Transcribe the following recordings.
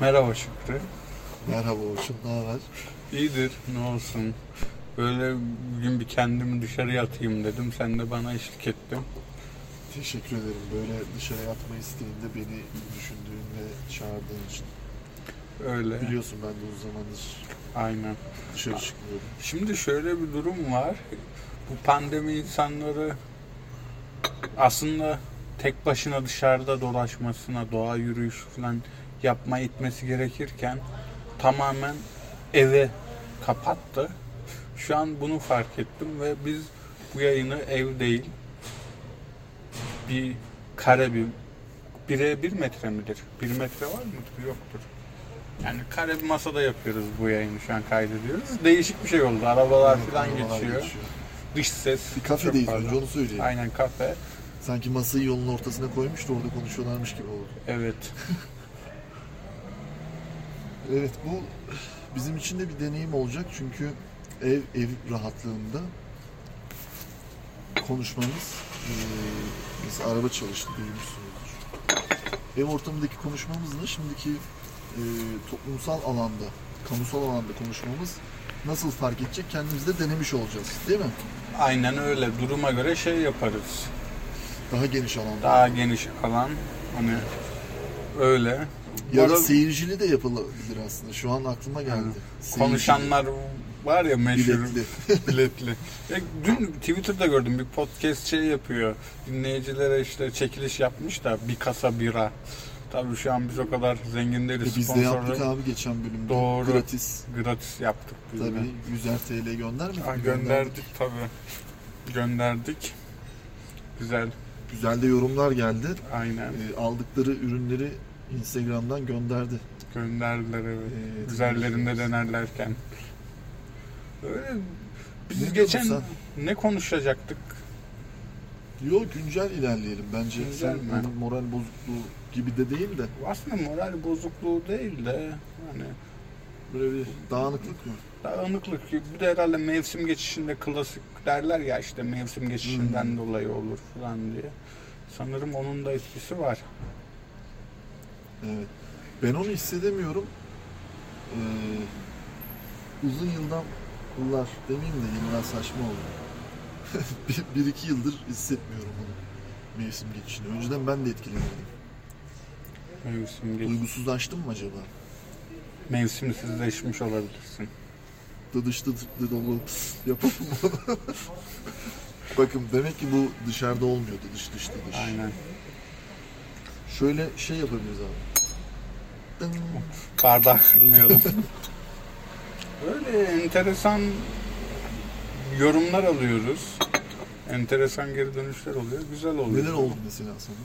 Merhaba Şükrü. Merhaba Orçun, ne haber? İyidir, ne olsun. Böyle bugün bir kendimi dışarıya atayım dedim. Sen de bana eşlik ettin. Teşekkür ederim. Böyle dışarıya atma isteğinde beni düşündüğün ve çağırdığın için. Öyle. Biliyorsun ben de uzun zamandır Aynen. dışarı çıkmıyorum. Şimdi şöyle bir durum var. Bu pandemi insanları aslında tek başına dışarıda dolaşmasına, doğa yürüyüşü falan yapma itmesi gerekirken tamamen eve kapattı. Şu an bunu fark ettim ve biz bu yayını ev değil bir kare bir bire bir metre midir? Bir metre var mıdır? Yoktur. Yani kare bir masada yapıyoruz bu yayını şu an kaydediyoruz. Değişik bir şey oldu. Arabalar falan Arabalar geçiyor. Dış ses. Bir çok kafedeyiz fazla. önce onu söyleyeyim. Aynen kafe. Sanki masayı yolun ortasına koymuş da orada konuşuyorlarmış gibi oldu. Evet. Evet bu bizim için de bir deneyim olacak çünkü ev ev rahatlığında konuşmamız eee, biz araba çalıştık duymuşsunuzdur. Ev ortamındaki konuşmamızla şimdiki eee, toplumsal alanda, kamusal alanda konuşmamız nasıl fark edecek kendimiz de denemiş olacağız değil mi? Aynen öyle. Duruma göre şey yaparız. Daha geniş alanda. Daha geniş alan. Hani öyle. Bu Ya da arada seyircili de yapılabilir aslında. Şu an aklıma geldi. Seyircili, konuşanlar var ya meşhur. biletli. biletli. Ya dün Twitter'da gördüm bir podcast şey yapıyor. Dinleyicilere işte çekiliş yapmış da bir kasa bira. Tabii şu an biz o kadar zengin değiliz. E biz de yaptık abi geçen bölümde. Doğru. Gratis. Gratis yaptık. biz de. Tabii 100'er TL göndermedik. Ha, mi? gönderdik tabii. Gönderdik. Güzel. Güzel de yorumlar geldi. Aynen. E, aldıkları ürünleri Instagram'dan gönderdi. Ee, Gönderdiler evet. Evet, Üzerlerinde evet. denerlerken. Öyle biz Ne geçen diyordun ne konuşacaktık? Yo güncel ilerleyelim bence. Güncel Sen mi? hani moral bozukluğu gibi de değil de Aslında moral bozukluğu değil de hani böyle bir dağınıklık mı? dağınıklık gibi. Bir de herhalde mevsim geçişinde klasik derler ya işte mevsim geçişinden Hmm. dolayı olur falan diye. Sanırım onun da etkisi var. Evet. Ben onu hissedemiyorum. E, uzun yıldan yıllar demeyeyim de yıllar saçma oldu. bir, bir iki yıldır hissetmiyorum onu. Mevsim geçişini. Önceden ben de etkileniyordum. Mevsim geç- Duygusuzlaştım mı acaba? mevsimsizleşmiş olabilirsin. Dıdış dıdıklı dolu yapalım bunu. Bakın demek ki bu dışarıda olmuyor dış dış dış. Aynen. Şöyle şey yapabiliriz abi. Dın. Bardağı kırmayalım. Böyle enteresan yorumlar alıyoruz. Enteresan geri dönüşler oluyor. Güzel oluyor. Neler oldu mesela sana?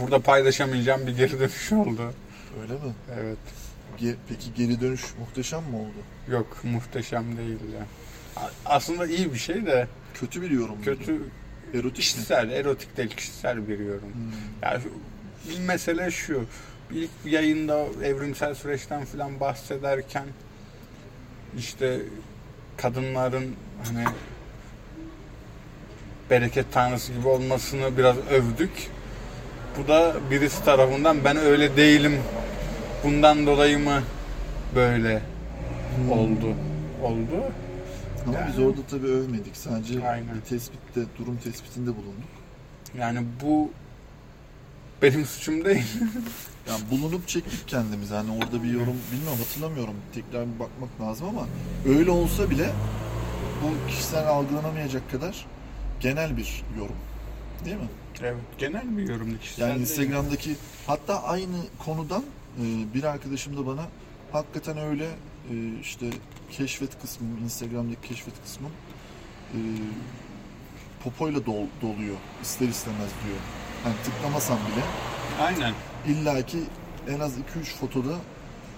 Burada paylaşamayacağım bir geri dönüş oldu. Öyle mi? Evet. Ge- Peki geri dönüş muhteşem mi oldu? Yok muhteşem değil ya. A- Aslında iyi bir şey de Kötü bir yorum. muydu? kötü Erotik mi? kişisel, erotik değil kişisel bir yorum. Hmm. Ya şu- bir mesele şu. İlk yayında evrimsel süreçten filan bahsederken işte kadınların hani bereket tanrısı gibi olmasını biraz övdük. Bu da birisi tarafından ben öyle değilim. Bundan dolayı mı böyle oldu? Oldu. Ama Yani- biz orada tabii övmedik. Sadece Aynen. bir tespitte, durum tespitinde bulunduk. Yani bu benim suçum değil. Yani bulunup çektik kendimizi. Hani orada bir yorum bilmiyorum hatırlamıyorum. Tekrar bir bakmak lazım ama öyle olsa bile bu kişisel algılanamayacak kadar genel bir yorum. Değil mi? Evet, genel bir yorum kişisel. Yani değil. Instagram'daki hatta aynı konudan e, bir arkadaşım da bana hakikaten öyle e, işte keşfet kısmım, Instagram'daki keşfet kısmım e, popoyla dol, doluyor ister istemez diyor. Yani tıklamasam bile Aynen. illaki en az 2-3 fotoda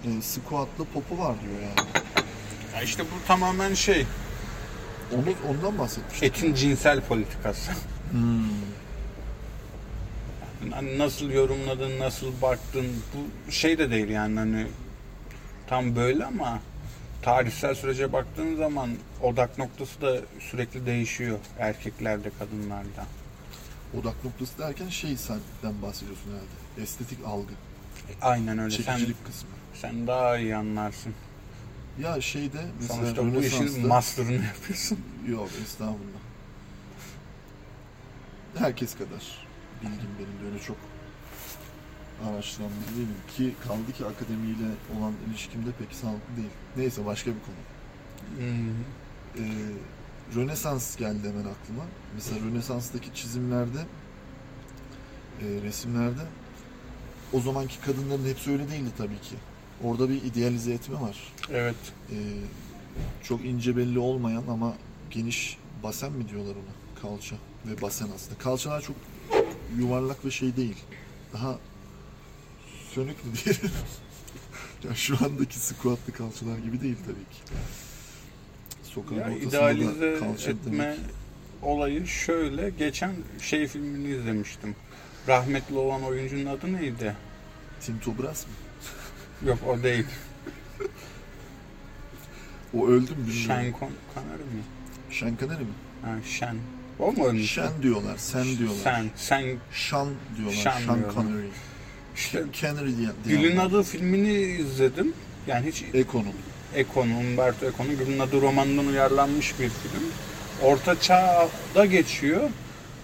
e, squatlı popu var diyor yani. Ya işte bu tamamen şey, Onu, ondan bahsetmiş. etin cinsel politikası. Hmm. Hani Nasıl yorumladın, nasıl baktın, bu şey de değil yani hani tam böyle ama tarihsel sürece baktığın zaman odak noktası da sürekli değişiyor erkeklerde, kadınlarda. Odak noktası derken şey senden bahsediyorsun herhalde. Estetik algı. Aynen öyle. Sen, Çekicilik kısmı. sen daha iyi anlarsın. Ya şeyde mesela Sonuçta bu işin Rönesans'ta- master'ını yapıyorsun. Yok estağfurullah. Herkes kadar. Bilgim benim de öyle çok araştıran biri değilim ki kaldı ki akademiyle olan ilişkim de pek sağlıklı değil. Neyse başka bir konu. Hmm. Ee, Rönesans geldi hemen aklıma. Mesela Rönesans'taki çizimlerde, e, resimlerde o zamanki kadınların hepsi öyle değildi tabii ki. Orada bir idealize etme var. Evet. Ee, çok ince belli olmayan ama geniş basen mi diyorlar ona? Kalça ve basen aslında. Kalçalar çok yuvarlak ve şey değil. Daha sönük mü diyelim? ya şu andaki squatlı kalçalar gibi değil tabii ki. Sokağın Ya ortasında idealize da kalça etme demek. olayı şöyle. Geçen şey filmini izlemiştim. Rahmetli olan oyuncunun adı neydi? Tim Tobras mı? Yok o değil. O öldü mü bilmiyorum. Şen Con- Connery mi? Şen Kaneri mi? Ha, Şen. O mu ölmüş? Şen diyorlar, sen diyorlar. Sen. Sen. Şan diyorlar, Şan Şan diyorlar. Kaneri. İşte Canary diye. Gül'ün adı filmini izledim. Yani hiç Ekonom. Ekon, Umberto Econ'un Gül'ün adı romanından uyarlanmış bir film. Orta çağda geçiyor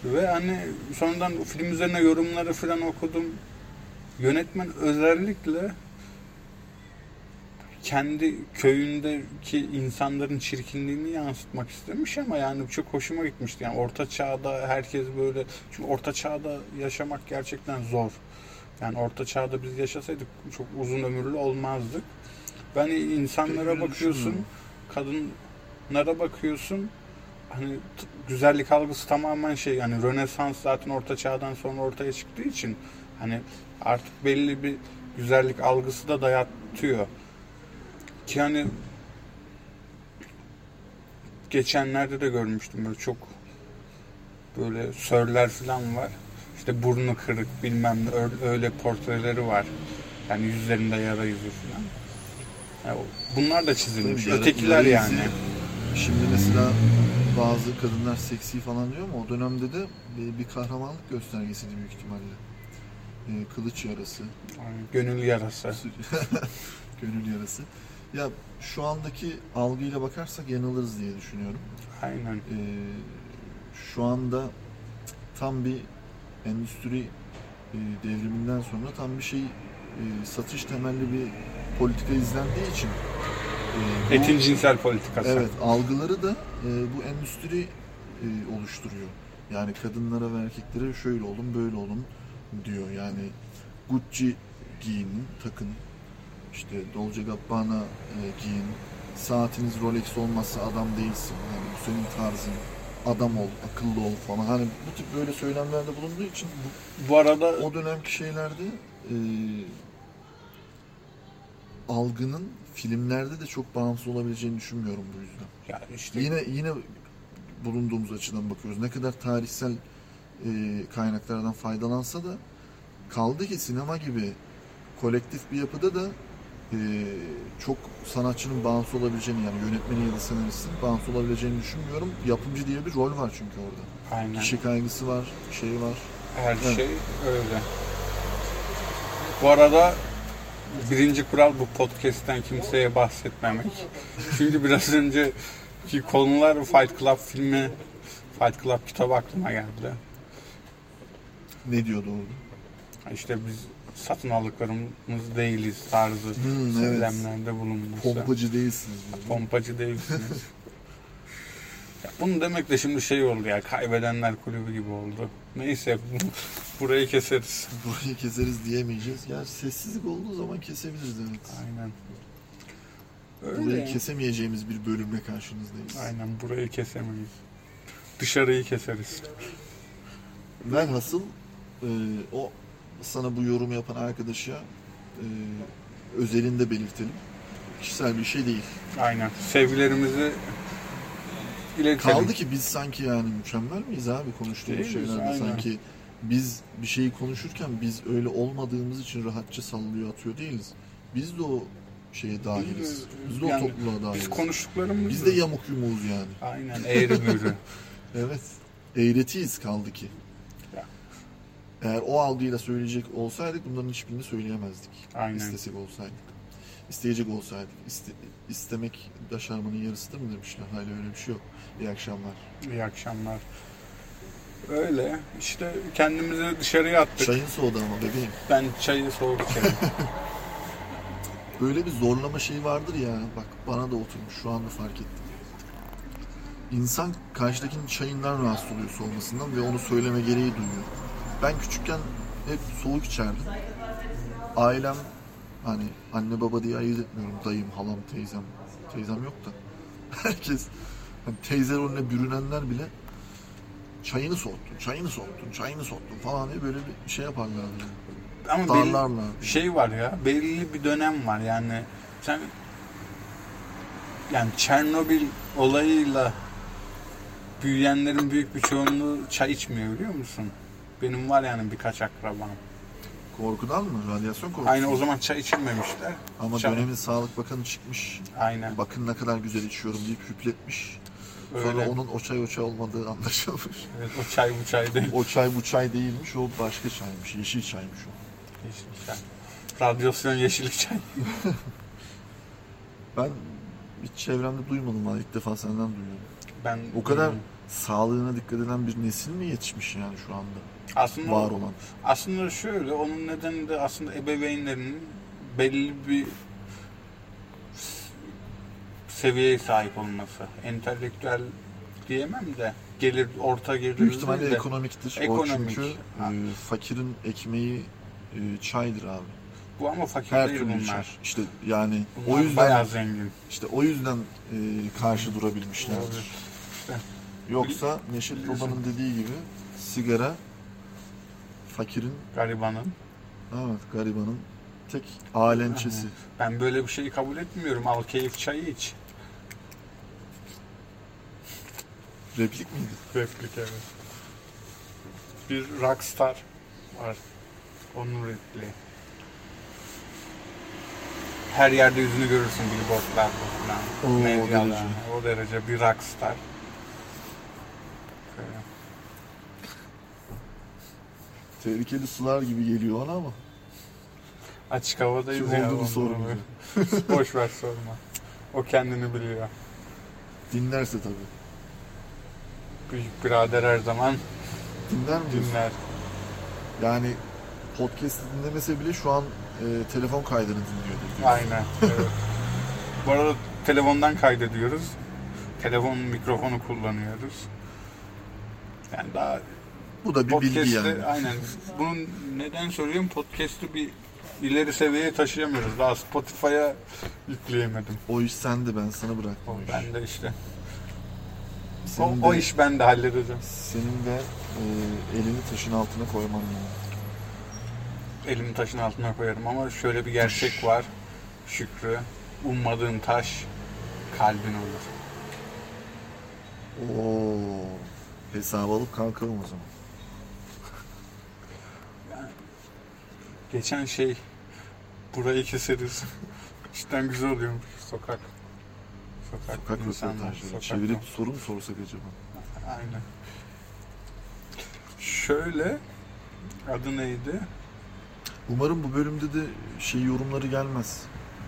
ve hani sonradan o film üzerine yorumları falan okudum. Yönetmen özellikle kendi köyündeki insanların çirkinliğini yansıtmak istemiş ama yani çok hoşuma gitmişti. Yani orta çağda herkes böyle çünkü orta çağda yaşamak gerçekten zor. Yani orta çağda biz yaşasaydık çok uzun ömürlü olmazdık. Yani insanlara Öyle bakıyorsun, düşünmüyorum. kadınlara bakıyorsun. Hani t- güzellik algısı tamamen şey yani Rönesans zaten orta çağdan sonra ortaya çıktığı için hani artık belli bir güzellik algısı da dayatıyor. Ki hani geçenlerde de görmüştüm böyle çok böyle sörler falan var. İşte burnu kırık bilmem ne ö- öyle portreleri var. Yani yüzlerinde yara izi falan. Yani o- bunlar da çizilmiş. Tabii yara- Ötekiler yara yani. izi. Şimdi mesela bazı kadınlar seksi falan diyor ama o dönemde de bir, bir kahramanlık göstergesiydi büyük ihtimalle. Ee, kılıç yarası, Yani Gönül yarası. gönül yarası. Ya şu andaki algıyla bakarsak yanılırız diye düşünüyorum. Aynen. Ee, şu anda tam bir endüstri e, devriminden sonra tam bir şey e, satış temelli bir politika izlendiği için e, bu- Etin cinsel politikası. Evet, algıları da e, bu endüstri e, oluşturuyor. Yani kadınlara ve erkeklere şöyle olun, böyle olun diyor. Yani Gucci giyinin, takın. İşte Dolce Gabbana e, giyin. Saatiniz Rolex olmazsa adam değilsin. Yani bu senin tarzın. Adam ol, akıllı ol falan. Hani bu tip böyle söylemlerde bulunduğu için Bu arada o dönemki şeylerde e, algının filmlerde de çok bağımsız olabileceğini düşünmüyorum bu yüzden. ya işte Yine yine bulunduğumuz açıdan bakıyoruz. Ne kadar tarihsel e, kaynaklardan faydalansa da kaldı ki sinema gibi kolektif bir yapıda da e, çok sanatçının bağımsız olabileceğini yani yönetmeni ya da senaristin bağımsız olabileceğini düşünmüyorum. Yapımcı diye bir rol var çünkü orada. aynen. Kişi kaygısı var, şey var. Her Evet. şey öyle. Bu arada birinci kural bu podcast'ten kimseye bahsetmemek. Çünkü biraz önceki konular Fight Club filmi, Fight Club kitabı aklıma geldi. Ne diyordu orada? İşte biz satın aldıklarımız değiliz tarzı Hmm, evet. söylemlerde bulunması. Pompacı değilsiniz. diyordu. Pompacı değilsiniz. Ya bunu demek de şimdi şey oldu ya kaybedenler kulübü gibi oldu. Neyse bu- burayı keseriz. Burayı keseriz diyemeyeceğiz. Gerçi sessizlik olduğu zaman kesebiliriz evet. Aynen. Burayı yani. kesemeyeceğimiz bir bölümle karşınızdayız. Aynen burayı kesemeyiz. Dışarıyı keseriz. Velhasıl e, o sana bu yorumu yapan arkadaşa e, özelinde belirtelim. Kişisel bir şey değil. Aynen. Sevgilerimizi iletelim. Kaldı ki biz sanki yani mükemmel miyiz abi konuştuğumuz Değiliz, şeylerde aynen. sanki biz bir şeyi konuşurken biz öyle olmadığımız için rahatça sallıyor atıyor değiliz. Biz de o şeye dahiliz. Biz de o Yani topluluğa Biz dahiliz. konuştuklarımız Biz de yamuk yumuğuz yani. Aynen eğri büğrü. Evet. Eğretiyiz kaldı ki. Ya. Eğer o algıyla söyleyecek olsaydık bunların hiçbirini söyleyemezdik. Aynen. İstesek olsaydık. İsteyecek olsaydık. İste, istemek başarmanın yarısı da mı demişler? Hayır öyle bir şey yok. İyi akşamlar. İyi akşamlar. Öyle. İşte kendimizi dışarıya attık. Çayın soğudu ama bebeğim. Ben çayı soğuk içerim. Böyle bir zorlama şeyi vardır ya. Bak bana da oturmuş şu anda fark ettim. İnsan karşıdakinin çayından rahatsız oluyor soğumasından ve onu söyleme gereği duyuyor. Ben küçükken hep soğuk içerdim. Ailem hani anne baba diye ayırt etmiyorum. Dayım, halam, teyzem. Teyzem yok da. Herkes hani teyze rolüne bürünenler bile çayını soğuttun, çayını soğuttun, çayını soğuttun falan diye böyle bir şey yaparlardı. Ama belli Darlarla. şey var ya. Belli bir dönem var yani. Sen yani Çernobil olayıyla büyüyenlerin büyük bir çoğunluğu çay içmiyor biliyor musun? Benim var yani birkaç akrabam. Korkudan mı? Radyasyon korkusu. Aynı o zaman çay içilmemişler. Ama Çay- dönemin sağlık bakanı çıkmış. Aynen. Bakın ne kadar güzel içiyorum deyip hüpletmiş. Sonra Öyle. onun o çay o çay olmadığı anlaşılmış. Evet, o çay bu çay değil. o çay bu çay değilmiş, o başka çaymış, yeşil çaymış o. Yeşil çay. Radyasyon yeşil çay. Ben hiç çevremde duymadım valla ilk defa senden duyuyorum. Ben O kadar Hmm. sağlığına dikkat eden bir nesil mi yetişmiş yani şu anda aslında var olan? aslında şöyle onun nedeni de aslında ebeveynlerin belli bir s- seviyeye sahip olması. Entelektüel diyemem de gelir orta gelir Büyük ihtimalle de. ekonomiktir. O Ekonomik. çünkü Ha. e, fakirin ekmeği e, çaydır abi. bu ama fakir Her değil türlü bunlar. içer. İşte yani Bunlar o yüzden bayağı zengin. işte o yüzden e, karşı durabilmişlerdir. Yoksa Neşet Biliyorsun. Baba'nın dediği gibi sigara fakirin, Garibanın. evet garibanın tek alemçesi. Ben böyle bir şeyi kabul etmiyorum. Al keyif çayı iç. Replik miydi? Replik evet. Bir rockstar var. Onun repliği. Her yerde yüzünü görürsün billboardlarda Oo, falan. o Medyada. derece. O derece bir rockstar. Ee, Böyle. Tehlikeli sular gibi geliyor ona ama. Açık havadayız Kim ya. olduğunu ondan sormayacağım. dolayı. Boş ver sorma. O kendini biliyor. Dinlerse tabii. Büyük birader her zaman Dinler mi? diyorsun? dinler. Yani podcast dinlemese bile şu an e, telefon kaydını dinliyordur. diyorsun. Aynen. Evet. Bu arada telefondan kaydediyoruz. Telefon mikrofonu kullanıyoruz. Yani daha Bu da bir bilgi podcast'ı yani. aynen. Bunun neden söylüyorum? Podcast'ı bir ileri seviyeye taşıyamıyoruz. Daha Spotify'a yükleyemedim. O iş sende ben sana bıraktım. O o işi. ben de işte. O, Senin o de- iş ben de halledeceğim. Senin de e, elini taşın altına koyman lazım. Elimi taşın altına koyarım ama şöyle bir gerçek var. Şükrü, ummadığın taş kalbin olur. Oo. Hesabı alıp kalkalım o zaman. Geçen şey burayı keseriz. İşten güzel oluyormuş sokak. Sokak, Sokak insanlar, röportajları. sokak- Çevirip soru mu sorsak acaba? Aynen. Şöyle adı neydi? Umarım bu bölümde de şey yorumları gelmez.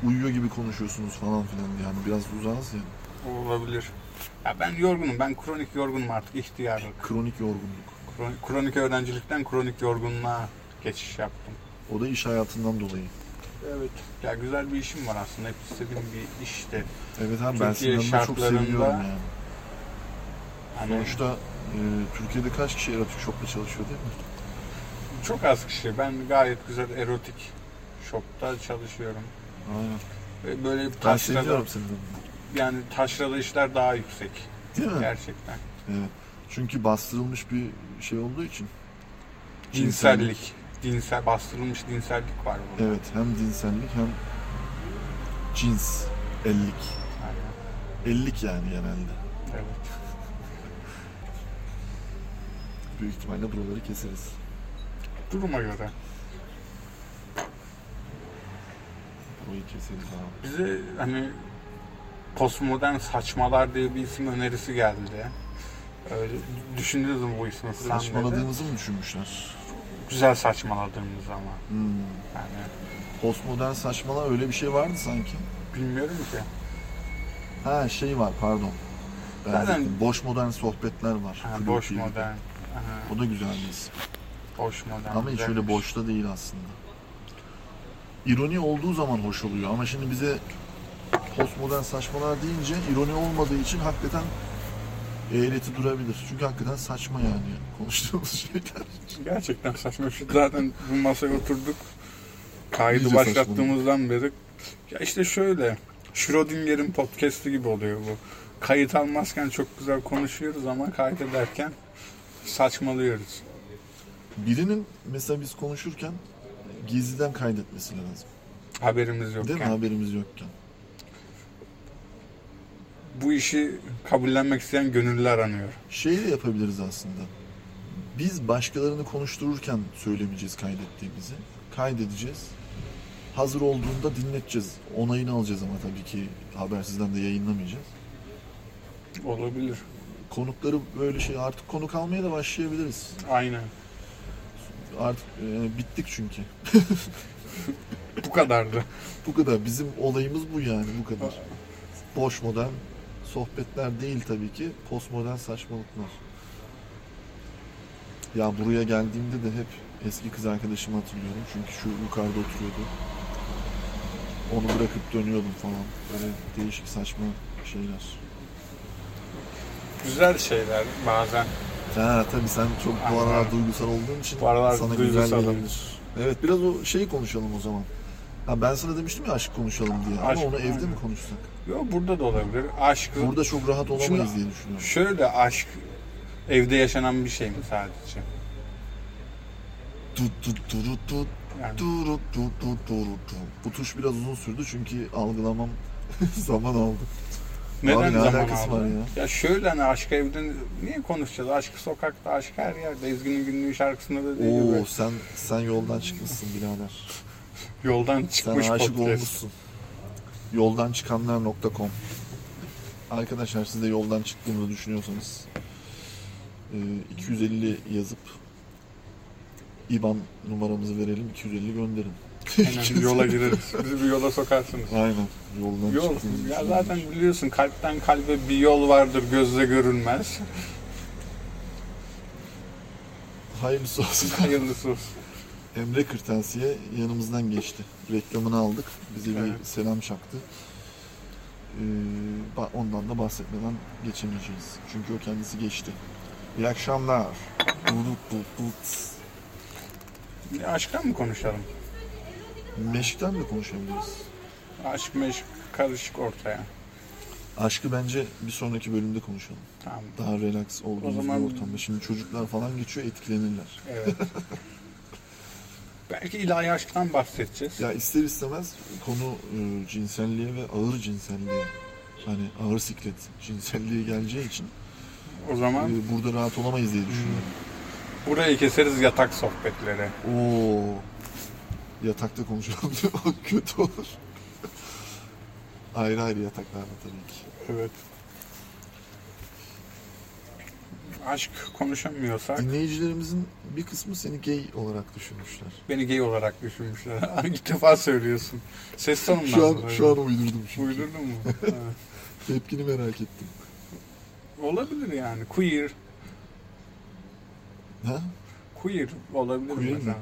Uyuyor gibi konuşuyorsunuz falan filan yani biraz uzağız ya. O olabilir. Ya ben yorgunum. Ben kronik yorgunum artık. ihtiyarlık. Kronik yorgunluk. Kronik, kronik öğrencilikten kronik yorgunluğa geçiş yaptım. O da iş hayatından dolayı. Evet. Ya güzel bir işim var aslında. Hep istediğim bir işti. Evet abi ben Türkiye sinirlerimi çok şartlarında- seviyorum yani. Hani Sonuçta e, Türkiye'de kaç kişi erotik shopta çalışıyor değil mi? çok az kişi. Ben gayet güzel erotik şopta çalışıyorum. Aynen. Ve E, böyle Ben taşrada seviyorum seni. de. yani taşrada işler daha yüksek Değil mi? gerçekten. Evet. Çünkü bastırılmış bir şey olduğu için. Cinsellik, dinsel bastırılmış dinsellik var burada. Evet hem dinsellik hem cins. Ellik. Aynen. Ellik yani genelde. Evet. Büyük ihtimalle buraları keseriz. Duruma göre. Burayı keseriz abi. Bize hani postmodern saçmalar diye bir isim önerisi geldi. Öyle düşündünüz mü bu ismi? falan dedi. Saçmaladığımızı mı düşünmüşler? çok güzel saçmaladığımız ama. Hmm. Yani Postmodern saçmalığa öyle bir şey vardı sanki. bilmiyorum ki. Ha şey var pardon. Ben Zaten- dedim, boş modern sohbetler var. Ha, Blue boş TV. modern. Aha, O da güzelmiş. boş modern. Ama hiç öyle güzelmiş. boşta değil aslında. İroni olduğu zaman hoş oluyor ama şimdi bize postmodern saçmalar deyince ironi olmadığı için hakikaten eğreti durabilir. Çünkü hakikaten saçma yani konuştuğumuz şeyler. Gerçekten saçma. Şu zaten bu masaya oturduk. Kaydı İyice başlattığımızdan beri. Ya işte şöyle. Schrödinger'in podcast'i gibi oluyor bu. Kayıt almazken çok güzel konuşuyoruz ama kaydederken saçmalıyoruz. Birinin mesela biz konuşurken gizliden kaydetmesi lazım. Haberimiz yok. Değil mi? Haberimiz yokken. Bu işi kabullenmek isteyen gönüllüler aranıyor. Şey de yapabiliriz aslında. Biz başkalarını konuştururken söylemeyeceğiz kaydettiğimizi. Kaydedeceğiz. Hazır olduğunda dinleteceğiz. Onayını alacağız ama tabii ki habersizden de yayınlamayacağız. Olabilir. Konukları böyle şey artık konuk almaya da başlayabiliriz. Aynen. Artık e, bittik çünkü. Bu kadardı. Bu kadar. Bizim olayımız bu yani bu kadar. Boş modern sohbetler değil tabii ki. Postmodern saçmalıklar. Ya buraya geldiğimde de hep eski kız arkadaşımı hatırlıyorum. Çünkü şu yukarıda oturuyordu. Onu bırakıp dönüyordum falan. Böyle değişik saçma şeyler. Güzel şeyler bazen. Ha tabii sen çok bu Aynen. aralar duygusal olduğun için Bu aralar sana duygusalım. güzel gelir. Evet biraz o şeyi konuşalım o zaman. Ha, ben sana demiştim ya aşk konuşalım diye. Aşk, Ama onu evde aynen. mi konuşsak? Yo, burada da olabilir. Aşkı. Burada çok rahat olamayız Şimdi- diye düşünüyorum. Şöyle aşk evde yaşanan bir şey mi sadece? Du, du, duru, du, Yani duru, du, du, duru, du. Bu tuş biraz uzun sürdü çünkü algılamam zaman aldı. neden Abi ne zaman alakası var aldın? ya? Ya şöyle hani aşkı evde niye konuşacağız? Aşkı sokakta, aşkı her yerde. Ezgi'nin günlüğü şarkısında da değil Oo gibi. sen sen yoldan çıkmışsın birader. Yoldan Sen çıkmış aşık podcast. olmuşsun. Yoldan çıkanlar.com Arkadaşlar siz de yoldan çıktığımızı düşünüyorsanız e, 250 yazıp IBAN numaramızı verelim 250 gönderin. Aynen, yola gireriz. Bizi bir yola sokarsınız. Aynen. Yoldan Yol. çıktığımızı Ya düşünüyoruz. zaten biliyorsun kalpten kalbe bir yol vardır gözle görülmez. Hayırlısı olsun. Hayırlısı olsun. Emre Kırtasiye yanımızdan geçti. Reklamını aldık. Bize Evet. bir selam çaktı. Ee, ba- ondan da bahsetmeden geçemeyeceğiz. Çünkü o kendisi geçti. İyi akşamlar. Bulut bulut bulut. Ya aşktan mı konuşalım? Meşkten de konuşabiliriz. Aşk meşk karışık ortaya. Aşkı bence bir sonraki bölümde konuşalım. Tamam. Daha relax olduğumuz O zaman- bir ortamda. Şimdi çocuklar falan geçiyor etkilenirler. Evet. Belki ilahi aşktan bahsedeceğiz. Ya ister istemez konu e, cinselliğe ve ağır cinselliğe. Hani ağır siklet cinselliğe geleceği için O zaman Ee, burada rahat olamayız diye düşünüyorum. burayı keseriz yatak sohbetleri. Oo. Yatakta konuşalım diye bak kötü olur. ayrı ayrı yataklarda tabii ki. Evet. Aşk konuşamıyorsak Dinleyicilerimizin bir kısmı seni gay olarak düşünmüşler. beni gay olarak düşünmüşler. İlk defa söylüyorsun. Ses tonumdan. Şu an dolayı. şu an uydurdum çünkü. Uydurdun mu? Evet. Tepkini merak ettim. Olabilir yani. Queer. Ha? Queer olabilir Queer mi? mesela.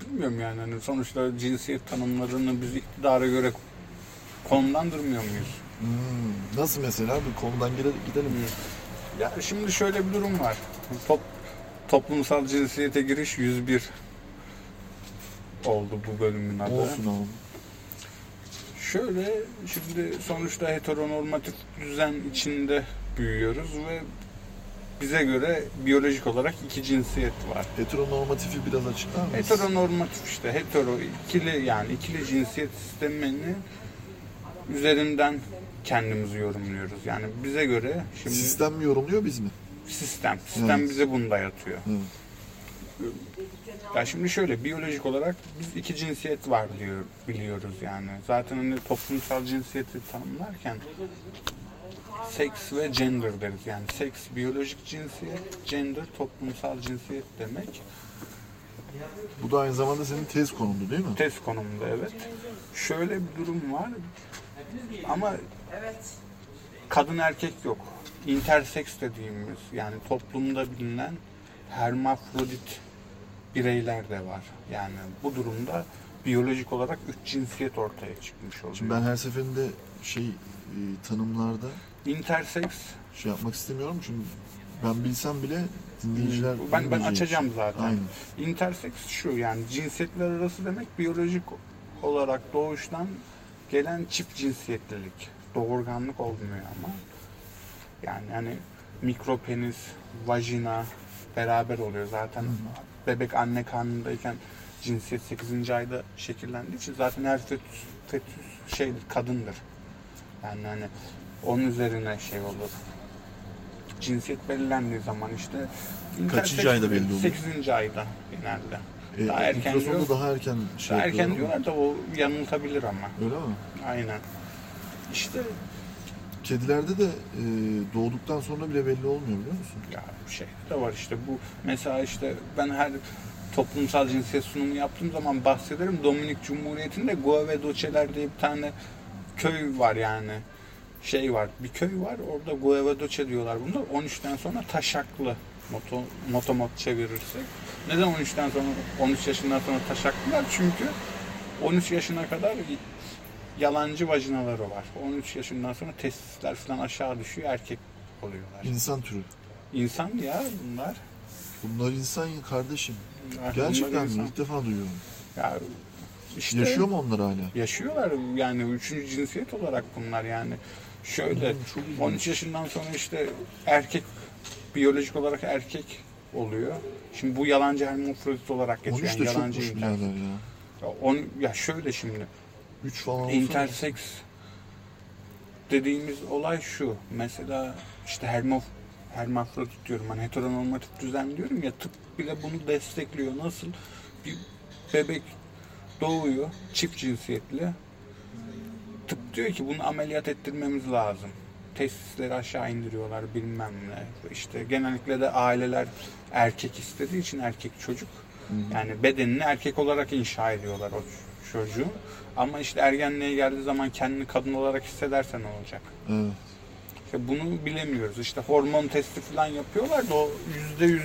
Bilmiyorum yani. Hani sonuçta cinsiyet tanımlarını biz iktidara göre konumlandırmıyor muyuz? Hmm, Nasıl mesela bir konudan gire- gidelim. Ya şimdi şöyle bir durum var. Top, toplumsal cinsiyete giriş 101 oldu bu bölümün adı. Olsun oğlum. Şöyle şimdi sonuçta heteronormatif düzen içinde büyüyoruz ve bize göre biyolojik olarak iki cinsiyet var. Heteronormatifi biraz açıklar mısın? Heteronormatif işte hetero ikili yani ikili cinsiyet sistemini üzerinden kendimizi yorumluyoruz. Yani bize göre şimdi Sistem mi yorumluyor biz mi? sistem sistem Evet. bize bunu dayatıyor. Evet. Ya şimdi şöyle biyolojik olarak biz iki cinsiyet var diyor biliyoruz yani. Zaten hani toplumsal cinsiyeti tanımlarken seks ve gender deriz. Yani seks biyolojik cinsiyet, gender toplumsal cinsiyet demek. Bu da aynı zamanda senin tez konundu değil mi? Tez konumda evet. Şöyle bir durum var ama kadın erkek yok. Intersex dediğimiz yani toplumda bilinen hermafrodit bireyler de var. Yani bu durumda biyolojik olarak üç cinsiyet ortaya çıkmış oluyor. Şimdi ben her seferinde şey e, tanımlarda Intersex şey yapmak istemiyorum çünkü ben bilsem bile dinleyiciler Hmm. ben, ben bilmeyecek. açacağım zaten. Aynen. Intersex şu yani cinsiyetler arası demek biyolojik olarak doğuştan gelen çift cinsiyetlilik. Doğurganlık olmuyor ama. Yani hani mikropenis, vajina beraber oluyor zaten. Bebek anne karnındayken cinsiyet 8. ayda şekillendiği için zaten her fetüs, fetüs şeydir, kadındır. Yani hani onun üzerine şey olur. Cinsiyet belirlendiği zaman işte intersex- ayda belli oluyor? 8. ayda genelde. E, Daha erken ultrasonda diyor. daha erken şey Daha erken yapıyorlar ama- diyorlar da o yanıltabilir ama. Öyle mi? Aynen. İşte Kedilerde de e, doğduktan sonra bile belli olmuyor biliyor musun? ya şey de var işte bu mesela işte ben her toplumsal cinsiyet sunumu yaptığım zaman bahsederim Dominik Cumhuriyeti'nde Guevedoçeler diye bir tane köy var yani şey var bir köy var orada Guevedoçe diyorlar bunda 13'ten sonra taşaklı moto motomot çevirirsek neden 13'ten sonra 13 yaşından sonra taşaklılar çünkü 13 yaşına kadar yalancı vajinaları var 13 yaşından sonra testisler falan aşağı düşüyor erkek oluyorlar. İnsan türü. İnsan ya bunlar. Bunlar insan ya kardeşim. Bunlar Gerçekten mi? insan. İlk defa duyuyorum. Ya işte Yaşıyor mu onlar hala? Yaşıyorlar yani üçüncü cinsiyet olarak bunlar yani. Şöyle Hmm, çok ilginç. 13 yaşından sonra işte erkek biyolojik olarak erkek oluyor. Şimdi bu yalancı hermafrodit olarak geçiyor. 13 Yani de yalancı çokmuş inter. birader ya. Ya, on, ya şöyle şimdi 3 falan olsa intersex dediğimiz olay şu. Mesela işte hermaf hermafrodit diyorum. Hani heteronormatif düzen diyorum ya tıp bile bunu destekliyor. Nasıl? Bir bebek doğuyor çift cinsiyetli. Tıp diyor ki bunu ameliyat ettirmemiz lazım. Testisleri aşağı indiriyorlar bilmem ne. İşte genellikle de aileler erkek istediği için erkek çocuk. Yani bedenini erkek olarak inşa ediyorlar o ç- çocuğu. Ama işte ergenliğe geldiği zaman kendini kadın olarak hissedersen ne olacak? Evet. İşte bunu bilemiyoruz. İşte hormon testi falan yapıyorlar da o yüzde yüz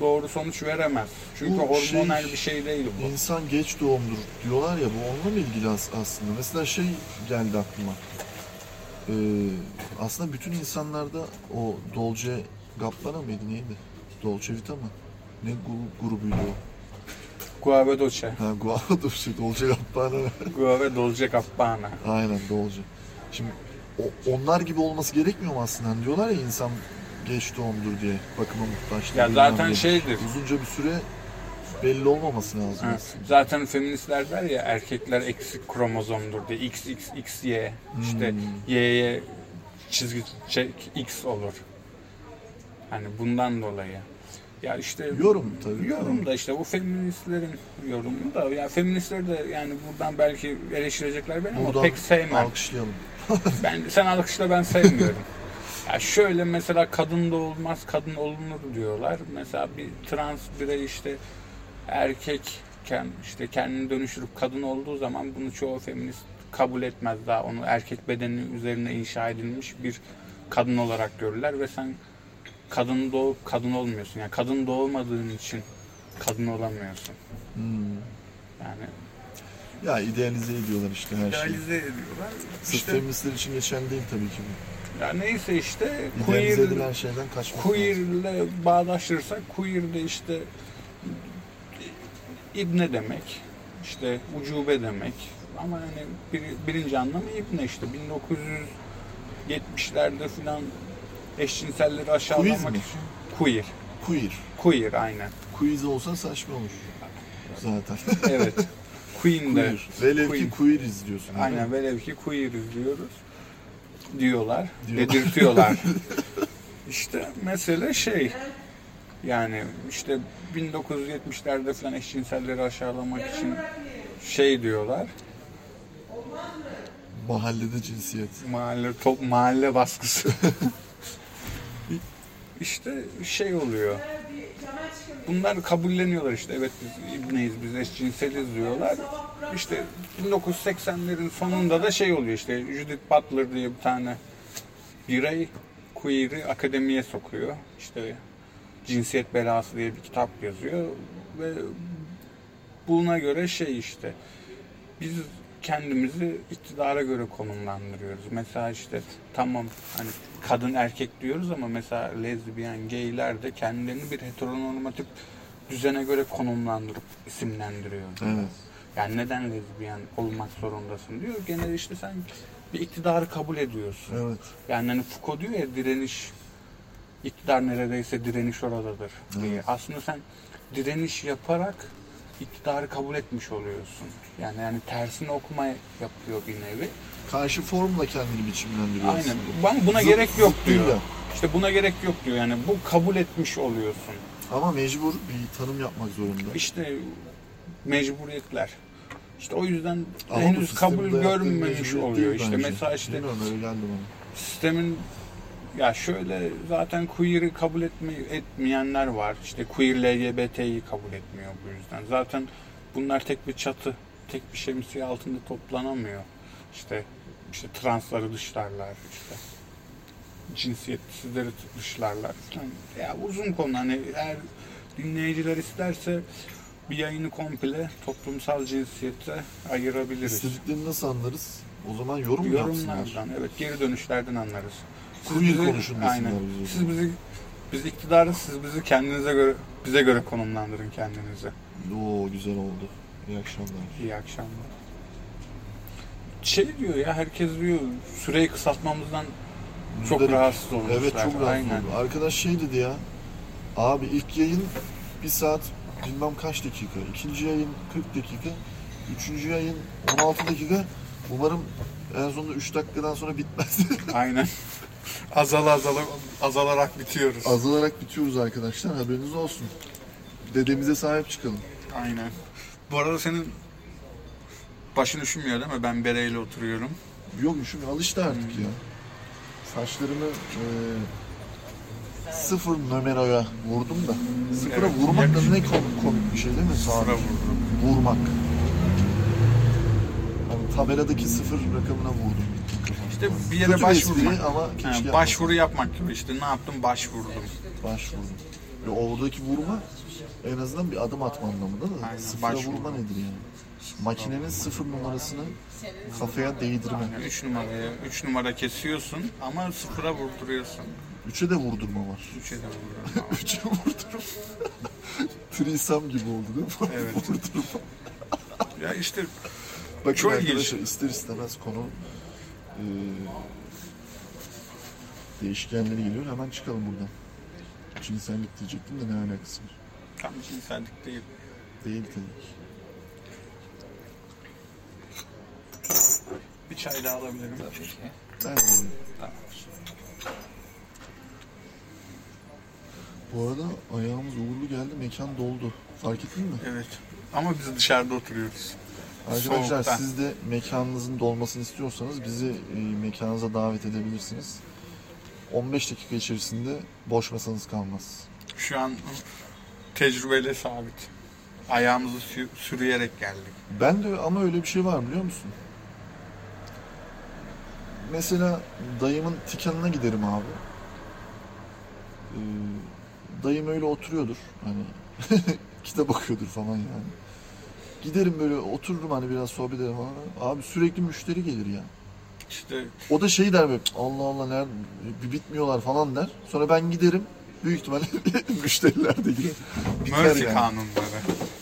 doğru sonuç veremez. Çünkü Bu hormonal şey- bir şey değil bu. İnsan geç doğumdur diyorlar ya bu onunla mı ilgili as- aslında? Mesela şey geldi aklıma. Ee, aslında bütün insanlarda o Dolce Gabbana mıydı neydi? Dolce Vita mı? Ne gu- grubuydu o? Guave doce. Ha Guava Dolce, Dolce Gabbana. Guave dolce gabbana. Aynen Dolce. Şimdi o- onlar gibi olması gerekmiyor mu aslında? Hani diyorlar ya insan geç doğumdur diye bakıma muhtaçtır. Ya bilmem zaten ne. şeydir. hani Uzunca bir süre belli olmaması lazım Ha, aslında. Zaten feministler der ya erkekler eksik kromozomdur diye XXXY işte Hmm. Y'ye çizgi çek X olur. Hani bundan dolayı. Ya işte Yorum tabii. yorum da işte bu feministlerin yorumu da ya feministler de yani buradan belki eleştirecekler beni ama Buradan pek sevmem. alkışlayalım. Ben sen alkışla ben sevmiyorum. ya şöyle mesela kadın da olmaz, kadın olunur diyorlar. Mesela bir trans birey işte erkekken işte kendini dönüştürüp kadın olduğu zaman bunu çoğu feminist kabul etmez daha onu erkek bedeni üzerine inşa edilmiş bir kadın olarak görürler ve sen kadın doğup kadın olmuyorsun. Yani kadın doğmadığın için kadın olamıyorsun. Hmm. Yani Ya idealize ediyorlar işte her şeyi. idealize ediyorlar. Sırf İşte, feministler için geçen değil tabii ki bu. ya neyse işte İdealize queer edilen şeyden kaçmak lazım. Queer'le bağdaştırırsak queer de işte ibne demek, işte ucube demek. Ama hani bir- birinci anlamı ibne işte 1970'lerde filan eşcinselleri aşağılamak mi? için queer. Queer. Queer aynen. Queer olsa saçma olur. Zaten. Evet. Queen de. Queer. Velev ki Queer. queer izliyorsun. değil mi? Aynen velev ki queeriz diyoruz. Diyorlar. Diyorlar. Dedirtiyorlar. işte mesele şey. Yani işte 1970'lerde falan eşcinselleri aşağılamak için şey diyorlar. Mahallede cinsiyet. Mahalle top mahalle baskısı. işte şey oluyor. bunlar kabulleniyorlar işte evet biz ibneyiz biz eşcinseliz diyorlar. İşte 1980'lerin sonunda da şey oluyor işte Judith Butler diye bir tane birey queer'i akademiye sokuyor. İşte cinsiyet belası diye bir kitap yazıyor ve buna göre şey işte biz kendimizi iktidara göre konumlandırıyoruz. Mesela işte tamam hani kadın erkek diyoruz ama mesela lezbiyen, geyler de kendilerini bir heteronormatif düzene göre konumlandırıp isimlendiriyor. Evet. Yani neden lezbiyen olmak zorundasın diyor. Genel işte sen bir iktidarı kabul ediyorsun. Evet. Yani hani Foucault diyor ya direniş iktidar neredeyse direniş oradadır diye. Evet. Aslında sen direniş yaparak iktidarı kabul etmiş oluyorsun. Yani yani tersini okuma yapıyor bir nevi. Karşı formla kendini biçimlendiriyor Aynen. aslında. Ben buna Zıt- gerek yok zıttıyla. diyor. İşte buna gerek yok diyor. Yani bu kabul etmiş oluyorsun. Ama mecbur bir tanım yapmak zorunda. İşte mecburiyetler. İşte o yüzden Ama bu henüz sistemin kabul dayattığı görmemiş mecburiyet oluyor. değil İşte bence. mesela işte Bilmiyorum, öyle geldi bana. sistemin ya şöyle zaten queer'i kabul etme, etmeyenler var. İşte queer LGBT'yi kabul etmiyor bu yüzden. Zaten bunlar tek bir çatı, tek bir şemsiye altında toplanamıyor. İşte işte transları dışlarlar işte cinsiyetsizleri dışlarlar falan. Ya uzun konu hani eğer dinleyiciler isterse bir yayını komple toplumsal cinsiyete ayırabiliriz. İstediklerini nasıl anlarız? O zaman yorum mu yapsınlar? Yorumlardan, evet geri dönüşlerden anlarız. Kurye konuşun desinler Aynen. bize. Siz bizi, biz iktidarı, siz bizi kendinize göre, bize göre konumlandırın kendinize. Oo güzel oldu. İyi akşamlar. İyi akşamlar. Şey diyor ya, herkes diyor süreyi kısaltmamızdan çok Müjdelik. rahatsız olmuşlar. Evet çok rahatsız Aynen. oldu. Arkadaş şey dedi ya. Abi ilk yayın bir saat bilmem kaç dakika. ikinci yayın 40 dakika. Üçüncü yayın 16 dakika. Umarım en sonunda 3 dakikadan sonra bitmez. Aynen. Azala azala azalarak bitiyoruz. Azalarak bitiyoruz arkadaşlar. Haberiniz olsun. Dedemize sahip çıkalım. Aynen. Bu arada senin başın üşümüyor değil mi? Ben bereyle oturuyorum. Yok üşüme alıştı artık ya. Saçlarımı e, sıfır numaraya vurdum da. Sıfıra Evet, vurmak da yakışıklı. ne komik, komik bir şey değil mi? Sıra Saat. vurdum. Vurmak. Hani tabeladaki sıfır rakamına vurdum. İşte bir Kötü yere bir başvurmak. espri ama keşke Ha, yapmasaydım. başvuru yapmak gibi işte ne yaptım başvurdum. Başvurdum. Ve oradaki vurma en azından bir adım atma anlamında da. Aynen, Sıfıra başvurdum. vurma nedir yani? Makinenin sıfır numarasını kafaya değdirme. Yani 3 numaraya 3 numara kesiyorsun ama sıfıra vurduruyorsun. Üçe de vurdurma var. 3'e de vurduruyorsun. Üçe vurdurum. Trisam gibi oldu değil mi? Evet. Vurdurum. ya işte Bakın Çok ilginç. arkadaşlar ister istemez konu e, değişkenleri geliyor. Hemen çıkalım buradan. Cinsellik diyecektim de ne alakası var? tam cinsellik değil. Değil tabii ki. Bir çay daha alabilirim. Tabii ki. Ben de öyle. Bu arada ayağımız uğurlu geldi. Mekan doldu. Fark ettin mi? Evet. Ama biz dışarıda oturuyoruz. Arkadaşlar Soğukta. siz de mekanınızın dolmasını istiyorsanız bizi e, mekanınıza davet edebilirsiniz. 15 dakika içerisinde boş masanız kalmaz. Şu an tecrübeyle sabit. Ayağımızı sü- sürüyerek geldik. Ben de ama öyle bir şey var biliyor musun? Mesela dayımın tikanına giderim abi. Ee, dayım öyle oturuyordur. Hani kitap okuyordur falan yani. Giderim böyle otururum hani biraz sohbet ederim falan. Abi sürekli müşteri gelir ya. İşte O da şey der böyle Allah Allah nerede bir bitmiyorlar falan der. Sonra ben giderim. Büyük ihtimalle müşteriler de girer. Biter Murphy yani. kanunları.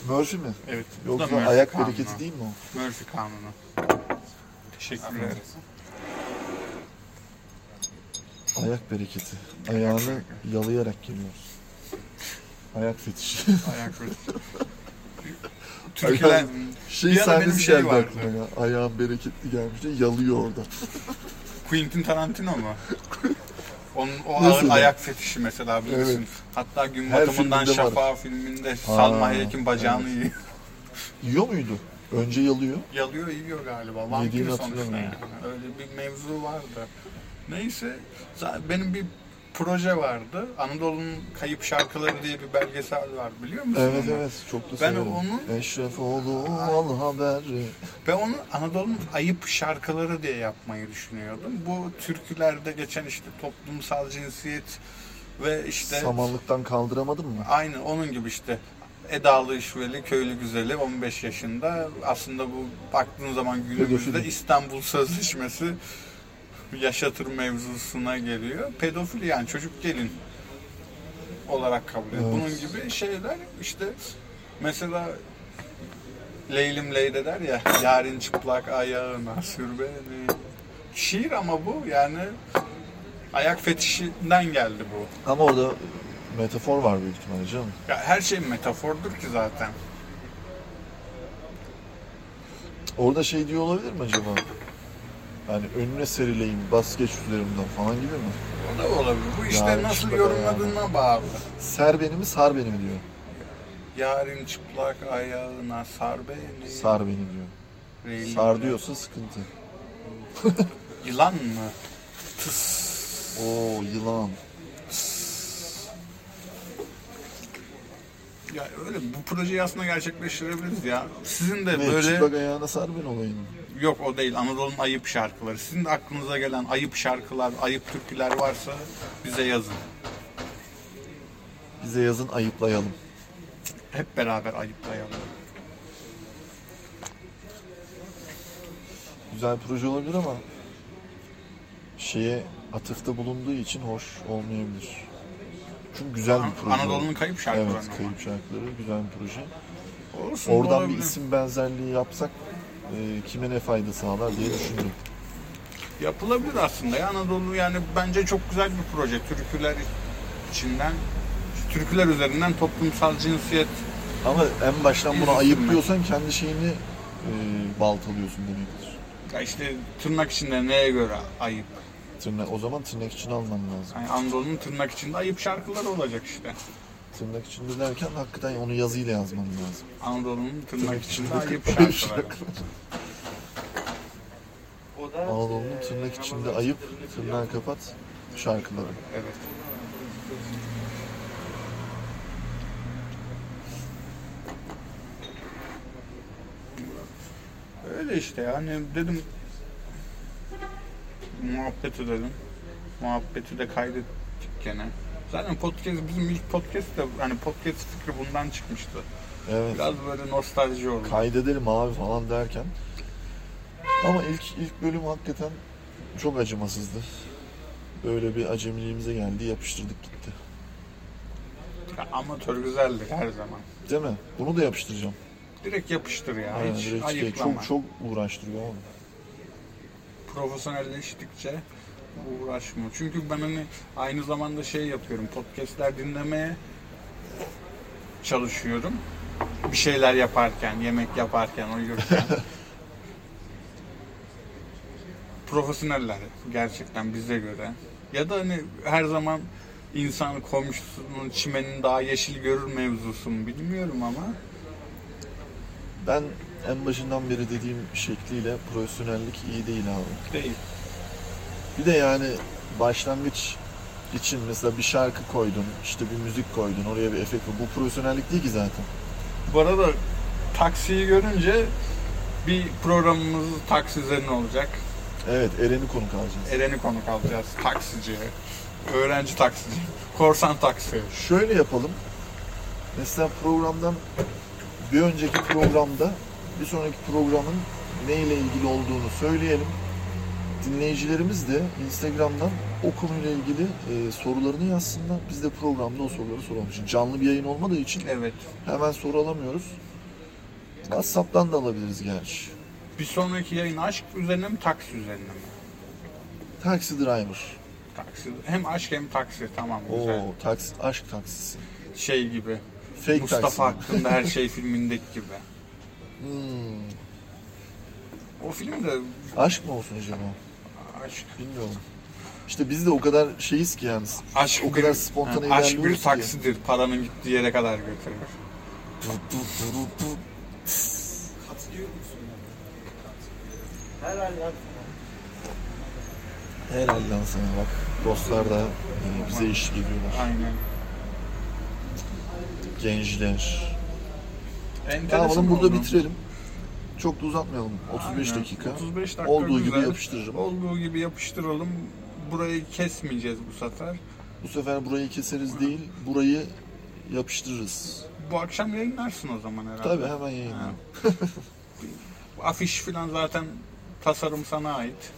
Murphy mi? Evet. bu da Yoksa Murphy ayak kanunu. hareketi değil mi o? Murphy kanunu. Teşekkürler. Ayak bereketi. Ayağını yalayarak geliyoruz. Ayak fetişi. Ayak örtüsü. Türkiye'den şey Bir ara benim sahnesi şey geldi vardı. aklıma ya. Ayağın bereketli gelmiş diye yalıyor orada. Quentin Tarantino mu? Onun o Nasıl ağır ya? ayak fetişi mesela bilirsin. Evet. Hatta gün Her batımından filminde var. şafağı filminde Salma Hayek'in bacağını yiyor. Yiyor muydu? Önce yalıyor. yalıyor yiyor galiba. Vampir Yediğini sonuçta hatırlamıyorum. yani. Öyle bir mevzu vardı. Neyse za- benim bir proje vardı. Anadolu'nun Kayıp Şarkıları diye bir belgesel var biliyor musun? Evet onu? evet çok da Ben severim. onun- Eşrefoğlu al haberi. Ve onu Anadolu'nun ayıp şarkıları diye yapmayı düşünüyordum. Bu türkülerde geçen işte toplumsal cinsiyet ve işte Samanlıktan kaldıramadın mı? aynı onun gibi işte Edalı İşveli, Köylü Güzeli 15 yaşında. Aslında bu baktığın zaman günümüzde Pedofili. İstanbul Sözleşmesi yaşatır mevzusuna geliyor. Pedofili yani çocuk gelin olarak kabul ediyor. Evet. Bunun gibi şeyler işte mesela Leylim Leyde der ya yarın çıplak ayağına sür beni. Şiir ama bu yani ayak fetişinden geldi bu. Ama orada metafor var büyük ihtimalle canım. Ya her şey metafordur ki zaten. Orada şey diyor olabilir mi acaba? Yani önüne serileyim, bas geç üzerimden falan gibi mi? O da olabilir. Bu işte Yarın nasıl çıplak yorumladığına bağlı. Ser beni mi, sar beni mi diyor. Yarın çıplak ayağına sar beni. Sar beni diyor. Leylim Sar Leyde. diyorsa sıkıntı. Yılan mı? Oo yılan. Ya öyle bu projeyi aslında gerçekleştirebiliriz ya. Sizin de Ne, E, böyle Çıplak ayağına sar beni olayını. yok o değil Anadolu'nun ayıp şarkıları. Sizin de aklınıza gelen ayıp şarkılar, ayıp türküler varsa bize yazın. Bize yazın ayıplayalım. Hep beraber ayıplayalım. Güzel proje olabilir ama şeye atıfta bulunduğu için hoş olmayabilir. Çünkü güzel bir An- proje. Anadolu'nun kayıp şarkıları Evet, ama. kayıp şarkıları güzel bir proje. Olsun, Oradan bir olabilir. isim benzerliği yapsak e, kime ne fayda sağlar diye düşündüm. Yapılabilir aslında ya Anadolu yani bence çok güzel bir proje. Türküler içinden, türküler üzerinden toplumsal cinsiyet Ama en baştan buna İsim mi? ayıp diyorsan kendi şeyini e, baltalıyorsun demektir. ya işte tırnak içinde neye göre ayıp? Tırnak, o zaman tırnak için alman lazım. Yani Anadolu'nun tırnak içinde ayıp şarkıları olacak işte. Tırnak içinde derken hakikaten onu yazıyla yazman lazım. Anadolu'nun tırnak içinde ayıp Ayıp şarkıları. şarkı. O da Anadolu'nun e, tırnak içinde Ramazan ayıp, Sıdırı'nı biliyor. tırnağı kapat şarkıları. Evet. Öyle işte yani dedim muhabbet edelim. Muhabbeti de kaydettik gene. Zaten podcast bizim ilk podcast de hani podcast fikri bundan çıkmıştı. Evet. Biraz böyle nostalji oldu. Kaydedelim abi falan derken. Ama ilk ilk bölüm hakikaten çok acımasızdı. Böyle bir acemiliğimize geldi, yapıştırdık gitti. Ya Amatör güzeldir her zaman. Değil mi? Bunu da yapıştıracağım. Direkt yapıştır ya. Aynen, hiç direkt şey, ayıklama. çok çok uğraştırıyor abi. profesyonelleştikçe uğraşmıyor. Çünkü ben hani aynı zamanda şey yapıyorum. Podcast'ler dinlemeye çalışıyorum. Bir şeyler yaparken, yemek yaparken, uyurken. Profesyoneller gerçekten bize göre. Ya da hani her zaman insan komşusunun çimenin daha yeşil görür mevzusunu bilmiyorum ama Ben en başından beri dediğim şekliyle profesyonellik iyi değil abi. değil. Bir de yani başlangıç için mesela bir şarkı koydun, işte bir müzik koydun, oraya bir efekt koydun. Bu profesyonellik değil ki zaten. Bu arada taksiyi görünce bir programımız taksi üzerine olacak. Evet, Eren'i konuk alacağız. Eren'i konuk alacağız. Taksici, öğrenci taksici, korsan taksi. Şöyle yapalım. Mesela programdan bir önceki programda bir sonraki programın neyle ilgili olduğunu söyleyelim. Dinleyicilerimiz de Instagram'dan o konuyla ilgili e, sorularını yazsınlar. Biz de programda o soruları soralım. Şimdi canlı bir yayın olmadığı için Evet. hemen soru alamıyoruz. WhatsApp'tan da alabiliriz gerçi. Bir sonraki yayın aşk üzerine mi taksi üzerine mi? Taksi driver. Taksi. Hem aşk hem taksi. Tamam güzel. Oo, taksi, aşk taksisi. Şey gibi. Fake taksi. Mustafa hakkında her şey filmindeki gibi. Hmm. O film de Aşk mı olsun acaba? aşk. Bilmiyorum. İşte biz de o kadar şeyiz ki yani. Aşk O bir- kadar spontane Ha, Aşk ilerliyoruz bir ki. taksidir. Paranın gittiği yere kadar götürür. Herhalde Helal lan sana bak. Dostlar da e, bize iş geliyorlar. Aynen. Gençler. Ne Enteresan yapalım burada oldu. bitirelim. Çok da uzatmayalım. 35 Aynen. dakika. 35 dakika Olduğu gibi güzel. yapıştırırım. Olduğu gibi yapıştıralım. Burayı kesmeyeceğiz bu sefer. Bu sefer burayı keseriz değil, burayı yapıştırırız. Bu akşam yayınlarsın o zaman herhalde. Tabii hemen yayınla. Ha. Afiş falan zaten tasarım sana ait.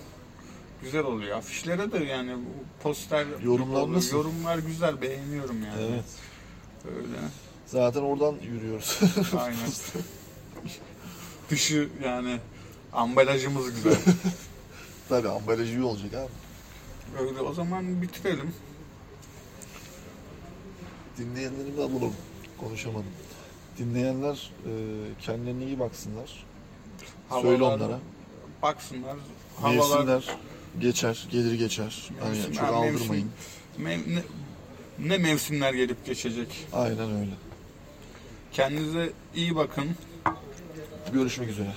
Güzel oluyor. Afişlere de yani bu poster Yorumlar oluyor. nasıl? Yorumlar güzel beğeniyorum yani. Evet. Öyle. Zaten oradan yürüyoruz. Aynen. Dışı yani ambalajımız güzel. Tabii ambalajı iyi olacak abi. Öyle o zaman bitirelim. Dinleyenlerin de alalım. Konuşamadım. Dinleyenler e, kendilerine iyi baksınlar. Söyle Havalar- onlara. Baksınlar. Havalar Mevsimler geçer, gelir geçer. Hani Mevsim- çok ha, mevsim. aldırmayın. mev- ne, ne mevsimler gelip geçecek. Aynen öyle. Kendinize iyi bakın. Görüşmek üzere.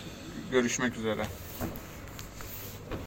Görüşmek üzere.